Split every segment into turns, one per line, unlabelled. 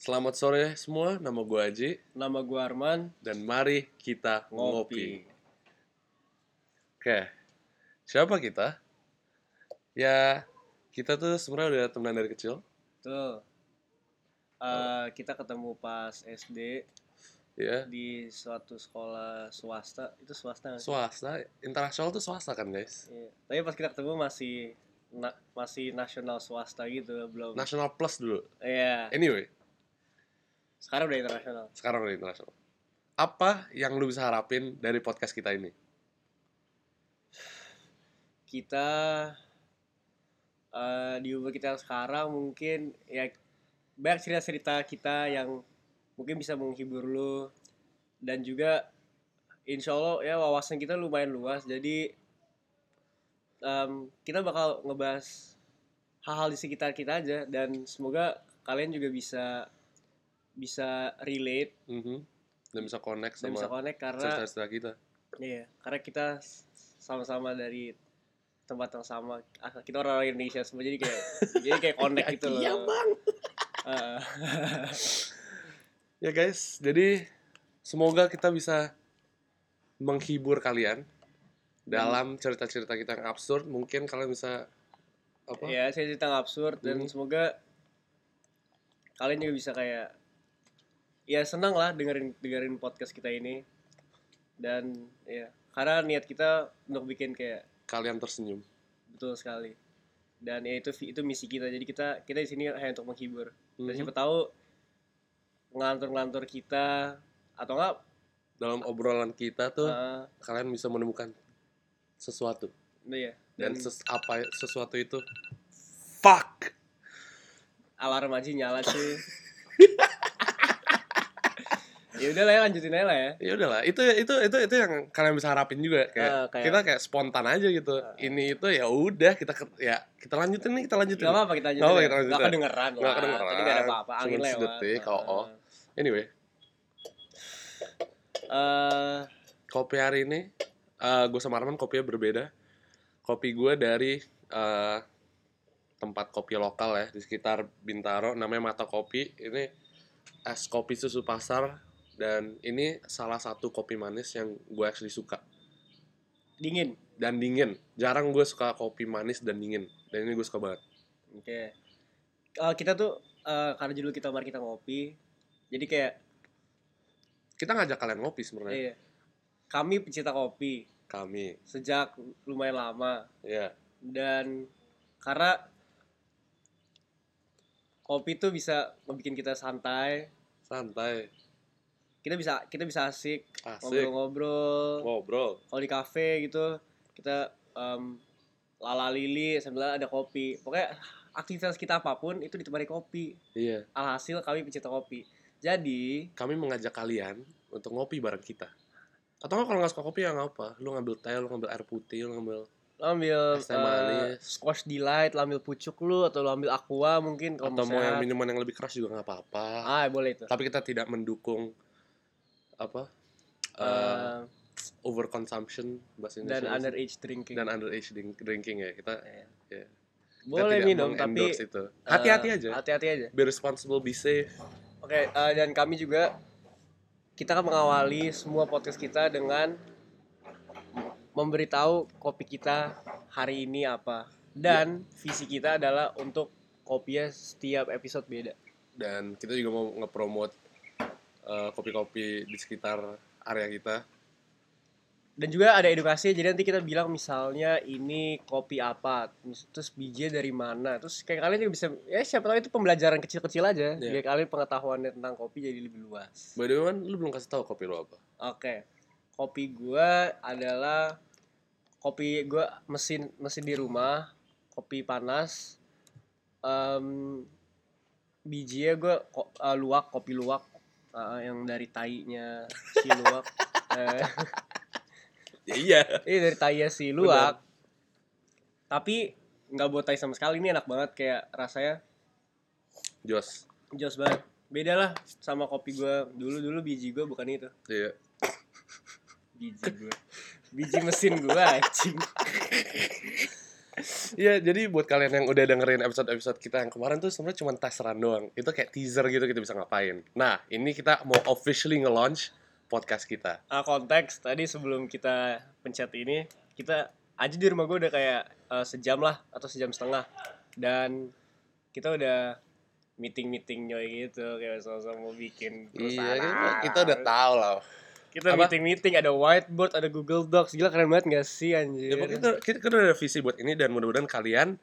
Selamat sore semua, nama gue Aji
Nama gue Arman,
dan mari kita ngopi.
ngopi.
Oke, siapa kita? Ya, kita tuh sebenarnya udah temenan dari kecil.
Tuh. Eh, kita ketemu pas SD
Ya,
di suatu sekolah swasta. Itu swasta nggak sih?
swasta, internasional tuh swasta kan guys.
Iya. Tapi pas kita ketemu masih na- masih nasional swasta gitu, belum.
National Plus dulu.
Iya.
Anyway,
Sekarang udah internasional.
sekarang udah internasional. Apa yang lu bisa harapin dari podcast kita ini?
Kita eh, di umur kita yang sekarang mungkin ya banyak cerita-cerita kita yang mungkin bisa menghibur lu dan juga insya Allah ya wawasan kita lumayan luas jadi em, kita bakal ngebahas hal-hal di sekitar kita aja dan semoga kalian juga bisa bisa relate
Mhm. Dan bisa connect
dan bisa
sama
connect karena
cerita-cerita kita.
Iya, karena kita s- sama-sama dari tempat yang sama. Ah, Kita orang-orang Indonesia semua jadi kayak jadi kayak connect gitu loh.
Iya, Bang.
Heeh.
Ya guys, jadi semoga kita bisa menghibur kalian dalam cerita-cerita kita yang absurd. Mungkin kalian bisa apa?
ya, saya cerita nggak absurd dan
Hmm.
semoga kalian juga bisa kayak ya senang lah dengerin dengerin podcast kita ini. Dan ya, karena niat kita untuk bikin kayak
Kalian tersenyum.
betul sekali. Dan ya itu itu misi kita. Jadi kita kita di sini hanya untuk menghibur. Dan
Mhm.
siapa tahu ngelantur-ngelantur kita atau enggak
Dalam obrolan kita tuh
eh,
kalian bisa menemukan sesuatu
iya.
dan
Dan,
ses- apa sesuatu itu fuck.
alarm aja nyala sih. ya udah lah ya lanjutin aja lah ya.
Ya udahlah, itu itu itu itu yang kalian bisa harapin juga kayak
Eh, kayak-
kita kayak spontan aja gitu.
Eh.
Ini itu ya udah kita ke- ya kita lanjutin nih, kita lanjutin.
Gak apa-apa kita lanjutin.
Nggak apa-apa
aja.
kita lanjutin
Nggak
aja.
kedengeran lah.
Nggak kedengeran.
Tadi nggak ada apa-apa. ya, Angin
Cuman
lewat.
sedetik,
Heeh.
oh, oh. Anyway,
Eh,
kopi hari ini gue sama Arman kopinya berbeda kopi gue dari eh, tempat kopi lokal ya di sekitar Bintaro namanya Mata Kopi ini es kopi susu pasar dan ini salah satu kopi manis yang gue actually suka
dingin.
dan dingin jarang gue suka kopi manis dan dingin dan ini gue suka banget
Oke. Eh, kita tuh eh, karena judul kita mari kita ngopi. Jadi kayak
kita ngajak kalian ngopi sebenarnya
iya. Kami pencinta kopi
kami
sejak lumayan lama.
ya
dan karena kopi tuh bisa ngebikin kita santai
santai
kita bisa kita bisa asik
asik
ngobrol-ngobrol
ngobrol
kalau di kafe gitu kita em, lala lili sebelah ada kopi pokoknya aktivitas kita apapun itu ditemani kopi
iya
alhasil kami pecinta kopi jadi
kami mengajak kalian untuk ngopi bareng kita. Atau nggak kalau nggak suka kopi ya nggak apa, lu ngambil teh, lu ngambil air putih, lu ngambil
lo ambil
Es teh
eh,
manis.
squash delight lo ambil pucuk lu atau lo ambil aqua mungkin kalau
atau mau yang
sehat.
minuman yang lebih keras juga nggak apa-apa.
ah boleh itu
Tapi kita tidak mendukung apa
Eh,
eh, overconsumption bahasa
dan
Ah, Indonesia
underage drinking
dan underage drink- drinking ya kita, Iya. kita
Boleh
tidak
minum tapi
mengendorse itu.
eh,
hati-hati aja
Hati-hati aja.
be responsible be safe
Oke, eh, dan kami juga kita akan mengawali semua podcast kita dengan memberitahu kopi kita hari ini apa. Dan visi kita adalah untuk kopinya setiap episode beda.
dan kita juga mau ngepromote eh, kopi-kopi di sekitar area kita
Dan juga ada edukasi, jadi nanti kita bilang misalnya ini kopi apa, mis- terus bijinya dari mana. Terus kayak kalian juga bisa, ya siapa tahu itu pembelajaran kecil-kecil aja.
Iya.
Biar kalian pengetahuannya tentang kopi jadi lebih luas.
by the way Man, lu belum kasih tahu kopi lu apa
Oke. Kopi gua adalah kopi gua mesin mesin di rumah, kopi panas. Em bijinya gua ko- eh, luwak, kopi luwak eh, yang dari tainya si luwak. Eh,
ya iya
ini dari tainya si luwak. Tapi nggak buat tai sama sekali, ini enak banget kayak rasanya
Jos
jos banget. Beda lah sama kopi gua dulu-dulu biji gua bukan itu.
iya
biji gua biji mesin gua anjing
Iya, jadi buat kalian yang udah dengerin episode-episode kita yang kemarin tuh sebenarnya cuma tasaran doang. Itu kayak teaser gitu kita bisa ngapain. Nah, ini kita mau officially nge-launch podcast kita.
Ah, konteks tadi sebelum kita pencet ini kita aja di rumah gue udah kayak eh, sejam lah atau sejam setengah dan kita udah meeting meeting nyoy gitu kayak sama-sama mau bikin
Iya,
perusahaan.
kita, kita udah tahu lah.
kita
apa?
meeting meeting ada whiteboard ada Google Docs gila keren banget gak sih
Ya,
anjir
pokoknya kita, kita, kita udah ada visi buat ini dan mudah-mudahan kalian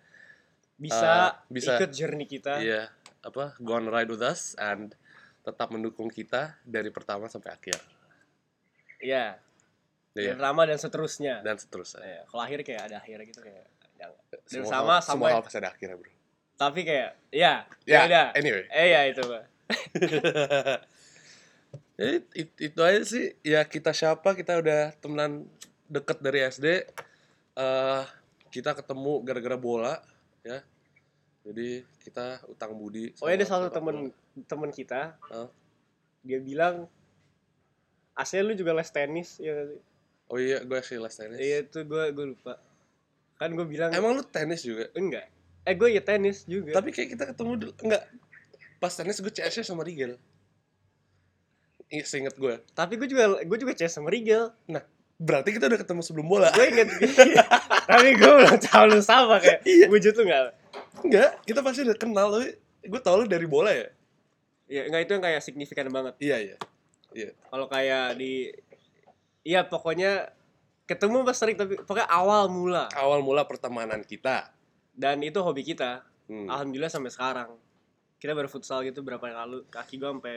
bisa,
eh, bisa.
ikut journey kita
iya apa go on ride with us and tetap mendukung kita dari pertama sampai akhir.
ya
Iya.
pertama dan seterusnya
Dan seterusnya.
Ya, kalau akhir kayak ada akhir gitu kayak ya, Dan
Semua hal, semua
sama- sampai-
hal pasti ada akhirnya, Bro.
tapi kayak ya
Ya,
ya udah
anyway.
eh ya itu Pak.
Jadi it- itu aja sih ya kita siapa kita udah temenan deket dari SD eh kita ketemu gara-gara bola ya jadi kita utang budi
oh
sama
ada salah
sepak
satu temen temen kita
Hah?
dia bilang aslinya lu juga les tenis ya nggak sih?
bola. oh iya gue sih les tenis
iya itu gue gue lupa kan gue bilang
emang lu tenis juga
enggak eh gue ya tenis juga
tapi kayak kita ketemu dulu enggak pas tenis gue CS sama Rigel Iya, seinget gue
tapi gue juga gue juga CS sama Rigel
berarti kita udah ketemu sebelum bola
gue inget tapi gue belum tahu lu sama kayak wujud lu nggak
enggak kita pasti udah kenal lu gue tau lu dari bola ya
ya nggak itu yang kayak signifikan banget
iya iya
kalau kayak di iya pokoknya ketemu pas sering tapi pokoknya awal mula
awal mula pertemanan kita
dan itu hobi kita
Hmm.
alhamdulillah sampai sekarang kita baru futsal gitu berapa yang lalu kaki gue sampai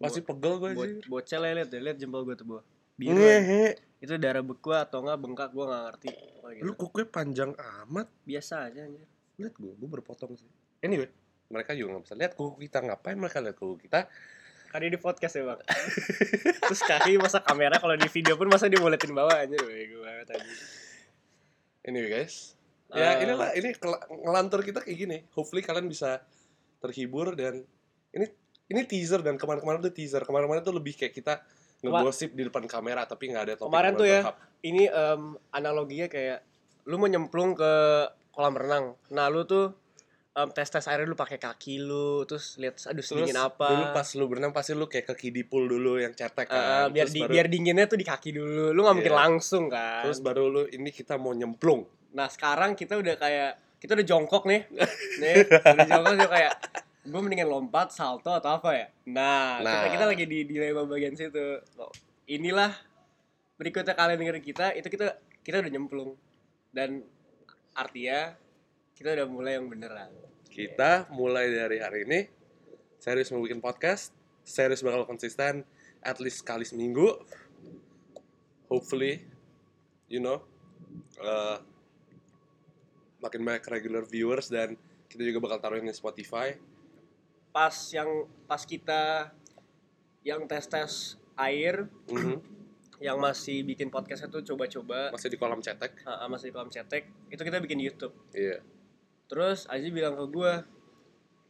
masih pegel gue
bo
sih
bocel ya lihat deh, lihat jempol gue tuh Bo. biru ya.
Ngehe,
itu darah beku atau enggak bengkak gue nggak ngerti Pokoknya gitu.
lu kukunya panjang amat.
biasa aja anjir
Lihat gue, gue berpotong sih. Anyway, mereka juga nggak bisa lihat kuku kita ngapain mereka lihat kuku kita.
kan ini podcast ya bang terus kaki masa kamera kalau di video pun masa dia boletin bawah anjir gue banget anjir
Anyway guys, ya
Ah.
inilah ini kela- ngelantur kita kayak gini. Hopefully kalian bisa terhibur dan ini ini teaser dan kemarin-kemarin tuh teaser. Kemarin-kemarin tuh lebih kayak kita ngegosip di depan kamera tapi nggak ada topik.
Kemarin
yang
tuh ya.
berhak.
ini em, analoginya kayak lu mau nyemplung ke kolam renang. Nah, lu tuh em, tes-tes airnya lu pakai kaki lu, terus lihat aduh
Terus
sedingin apa.
dulu pas lu berenang pasti lu kayak ke kiddie pool dulu yang cetek
Eh, eh,
kan.
biar
terus
di-
baru,
biar dinginnya tuh di kaki dulu. Lu nggak mungkin
Iya.
langsung kan.
terus baru lu ini kita mau nyemplung.
nah, sekarang kita udah kayak kita udah jongkok nih. nih, udah jongkok tuh kayak gue mendingan lompat, salto atau apa ya? Nah,
Nah.
kita kita lagi di dilema bagian situ. Loh, Inilah berikutnya kalian dengerin kita, itu kita kita udah nyemplung. Dan artinya kita udah mulai yang beneran.
Kita mulai dari hari ini serius mau bikin podcast, serius bakal konsisten at least sekali seminggu. Hopefully, you know, uh, makin banyak regular viewers dan kita juga bakal taruhin di Spotify.
Pas yang pas kita yang tes-tes air
Mhm.
yang masih bikin podcast itu coba-coba
Masih di kolom cetek.
ah, ah, masih di kolom cetek itu kita bikin YouTube
Iya.
terus Aji bilang ke gue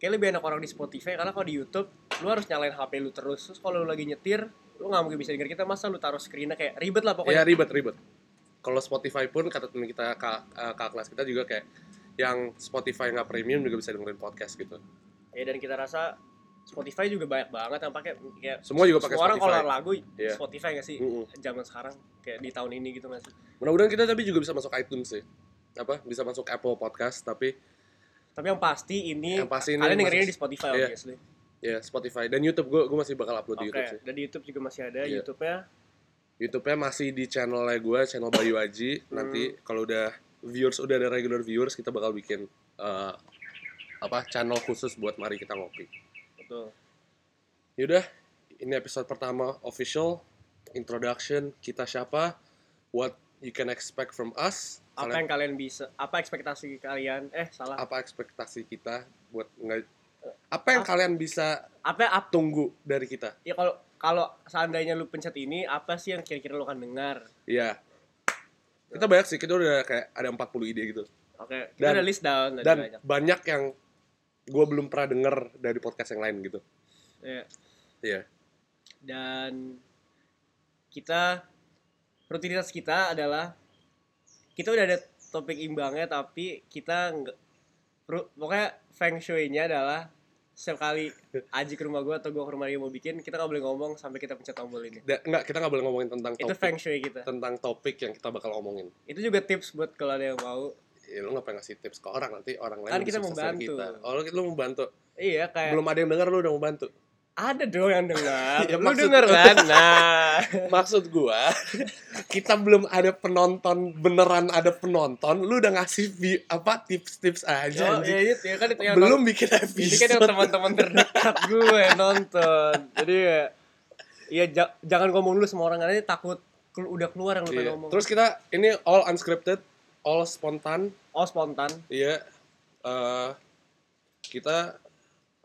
kayak lebih enak orang di Spotify karena kalau di YouTube lu harus nyalain HP lu terus terus kalau lu lagi nyetir lu nggak mungkin bisa denger kita masa lu taruh screennya kayak ribet lah
Ya
pokoknya
ribet ribet. Kalau Spotify pun kata teman kita kak kakak kelas kita juga kayak yang Spotify nggak premium juga bisa dengerin podcast gitu.
ya dan kita rasa Spotify juga banyak banget yang pakai kayak
Semua juga pakai
semua orang kalau
Spotify.
lagu
Iya.
Spotify nggak sih
Mhm.
zaman sekarang kayak di tahun ini gitu nggak sih
Mudah-mudahan kita tapi juga bisa masuk iTunes sih. Apa? Bisa masuk Apple Podcast tapi
Tapi yang pasti ini,
Yang pasti ini
kalian dengerinnya
masuk-
di Spotify
Iya.
obviously.
ya Spotify dan YouTube gue gue masih bakal upload
Oke,
di YouTube sih.
dan di YouTube juga masih ada
Iya.
YouTube-nya.
YouTube-nya masih di channelnya gue, channel Bayu Aji. Nanti
Hmm.
kalau udah viewers udah ada regular viewers kita bakal bikin eh, apa channel khusus buat mari kita ngopi.
Betul.
Yaudah, ini episode pertama official introduction kita siapa, what you can expect from us,
Apa
Kalian-
yang kalian bisa apa ekspektasi kalian? Eh, salah.
apa ekspektasi kita buat nge- apa yang kalian bisa
Apa ap-
tunggu dari kita?
ya kalau kalau seandainya lu pencet ini, apa sih yang kira-kira lu akan dengar?
Iya. Kita banyak sih, kita udah kayak ada 40 ide gitu.
Oke, kita
Dan-
udah list down tadi
Dan
banyak.
banyak yang gue belum pernah denger dari podcast yang lain gitu.
Iya.
Iya.
Dan kita rutinitas kita adalah kita udah ada topik imbangnya tapi kita nggak ru- pokoknya feng shui-nya adalah setiap kali Aji ke rumah gua atau gua ke rumah dia mau bikin kita nggak boleh ngomong sampai kita pencet tombol ini
Da- nggak kita nggak boleh ngomongin tentang
itu
topik
feng shui kita
tentang topik yang kita bakal omongin
itu juga tips buat kalau ada yang mau
ya, lu ngapain ngasih tips ke orang nanti orang lain
Kan
lebih
kita
sukses dari
membantu.
kita. oh lu, lu membantu
iya kayak
belum ada yang dengar lu udah membantu
ada dong yang dengar
Iya,
lu
maksud-
denger kan nah
maksud gua kita belum ada penonton beneran ada penonton lu udah ngasih vi- apa tips-tips aja
Oh,
Iya, anjing.
ya, itu ya kan itu yang
belum bikin
Ini kan yang
episode
teman-teman terdekat gue nonton. Jadi ya, ya ja- jangan ngomong dulu sama orang karena ini takut kelu- udah keluar yang lu pengen
Iya.
ngomong.
terus kita ini all unscripted all spontan
oh spontan.
iya Eh, kita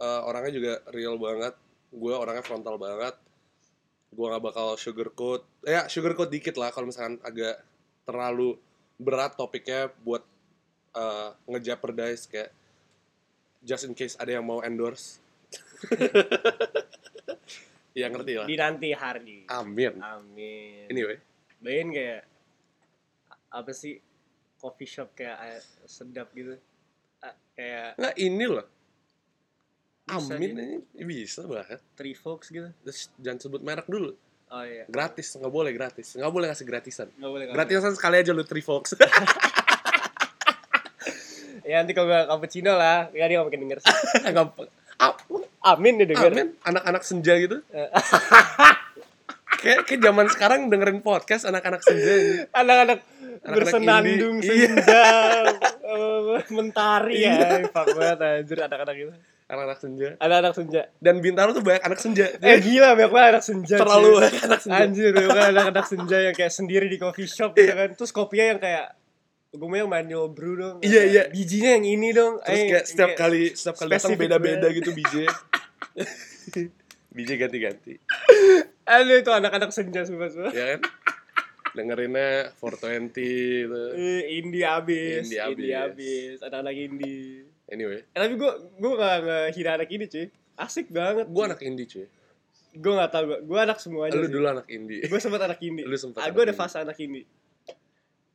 eh, orangnya juga real banget gue orangnya frontal banget gue nggak bakal sugarcoat ya sugarcoat dikit lah kalau misalkan agak terlalu berat topiknya buat eh, ngejeopardize kayak just in case ada yang mau endorse ya ngerti lah
Di nanti hari.
amin
Amin. Ini
anyway
Bayin kayak apa sih coffee shop kayak eh, sedap gitu. Ah, kayak
nggak Nah, ini loh
Bisa
amin
jadi.
ini bisa banget
Three Fox gitu.
Terus jangan sebut merek dulu
Oh iya.
gratis nggak boleh gratis nggak boleh ngasih gratisan
Nggak boleh nggak
gratisan sekali aja lu trivox
boleh. Ya nanti kalau gue cappuccino lah, ya dia nggak mungkin denger sih.
gampang Ah,
Amin dia denger.
amin anak-anak senja gitu
Eh.
kayak kayak zaman sekarang dengerin podcast anak-anak senja ini.
anak-anak
Anak-anak Iya.
bersenandung
indie.
senja eh, mentari
Iya,
ya fuck banget anjir anak-anak itu
anak-anak senja
anak-anak senja
dan bintaro tuh banyak anak senja
eh gila banyak banget anak senja cuy.
terlalu banyak anak senja Iya.
anjir banyak banget anak-anak senja yang kayak sendiri di coffee shop gitu kan terus kopinya yang kayak gue mau yang manual brew dong
Iya, iya.
bijinya yang ini dong
terus
eh,
kayak setiap
kayak-
kali setiap kali datang
spesifik
beda-beda
banget.
gitu biji biji ganti-ganti
aduh itu anak-anak senja semua semua
ya kan dengerinnya 420 gitu
Eh, indie abis
Indie abis.
indie abis anak-anak indie
anyway
eh, tapi gue gue gak ngehina anak ini cuy asik banget
gue
cuy.
anak indie cuy
gue gak tau gue gue anak semuanya
lu dulu anak indie
gue sempat anak indie
Lu sempat
ah,
anak
gue ada
indie.
fase anak indie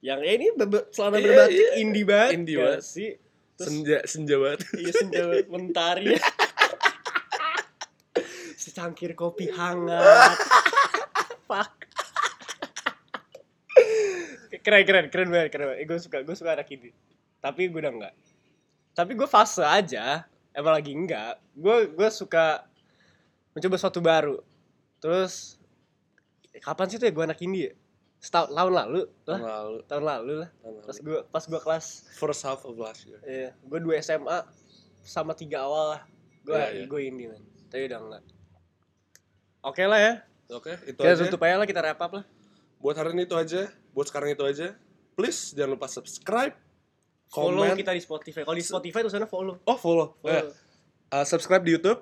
yang ya ini bebe, celana
Iya,
berbatik
iya.
indie banget
Indie
gak
banget.
sih terus
senja senja banget
iya senja banget, mentari secangkir kopi hangat fuck keren keren keren banget keren banget gue suka gue suka anak indie tapi gue udah enggak tapi gue fase aja emang lagi enggak gue gue suka mencoba sesuatu baru terus kapan sih tuh ya gue anak indie ya? setahun tahun lalu lah
Lalu-
tahun lalu lah pas gue pas gue kelas
First half of last year.
Iya, gue dua SMA sama tiga awal lah. Gue
Iya, iya.
gue ini man. Tapi udah enggak. Oke lah ya.
Oke, itu
Kita
aja.
tutup aja lah, kita wrap up lah.
Buat hari ini itu aja. Buat sekarang itu aja. Please jangan lupa subscribe,
Follow
comment,
kita di Spotify. Kalau di Spotify tuh sana follow.
oh follow.
Follow.
Eh, uh, subscribe di YouTube,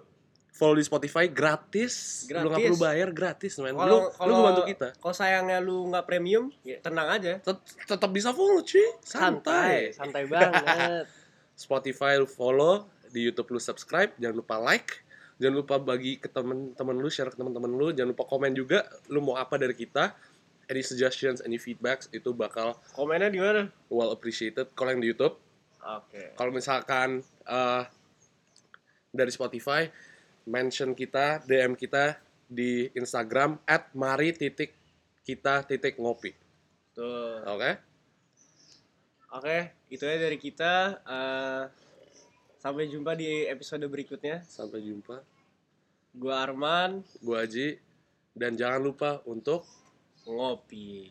follow di Spotify gratis. Lu nggak
Gratis.
perlu bayar, gratis men. Lu lu
Kalau kalau
bantu kita.
Kalau sayangnya lu nggak premium, ya tenang aja.
Tet- Tetap bisa follow cuy, santai.
santai banget.
Spotify lu follow, di YouTube lu subscribe, jangan lupa like. Jangan lupa bagi ke temen-temen lu, share ke temen-temen lu. Jangan lupa komen juga lu mau apa dari kita. Any suggestions, any feedbacks itu bakal
Komennya di mana?
well appreciated. Kalau yang di YouTube
Oke.
kalau misalkan eh, dari Spotify mention kita DM kita di Instagram at mari titik kita titik ngopi
Tuh.
oke
Oke, itu aja dari kita. Eh, sampai jumpa di episode berikutnya.
sampai jumpa
Gua Arman
Bu Aji dan jangan lupa untuk
ngopi.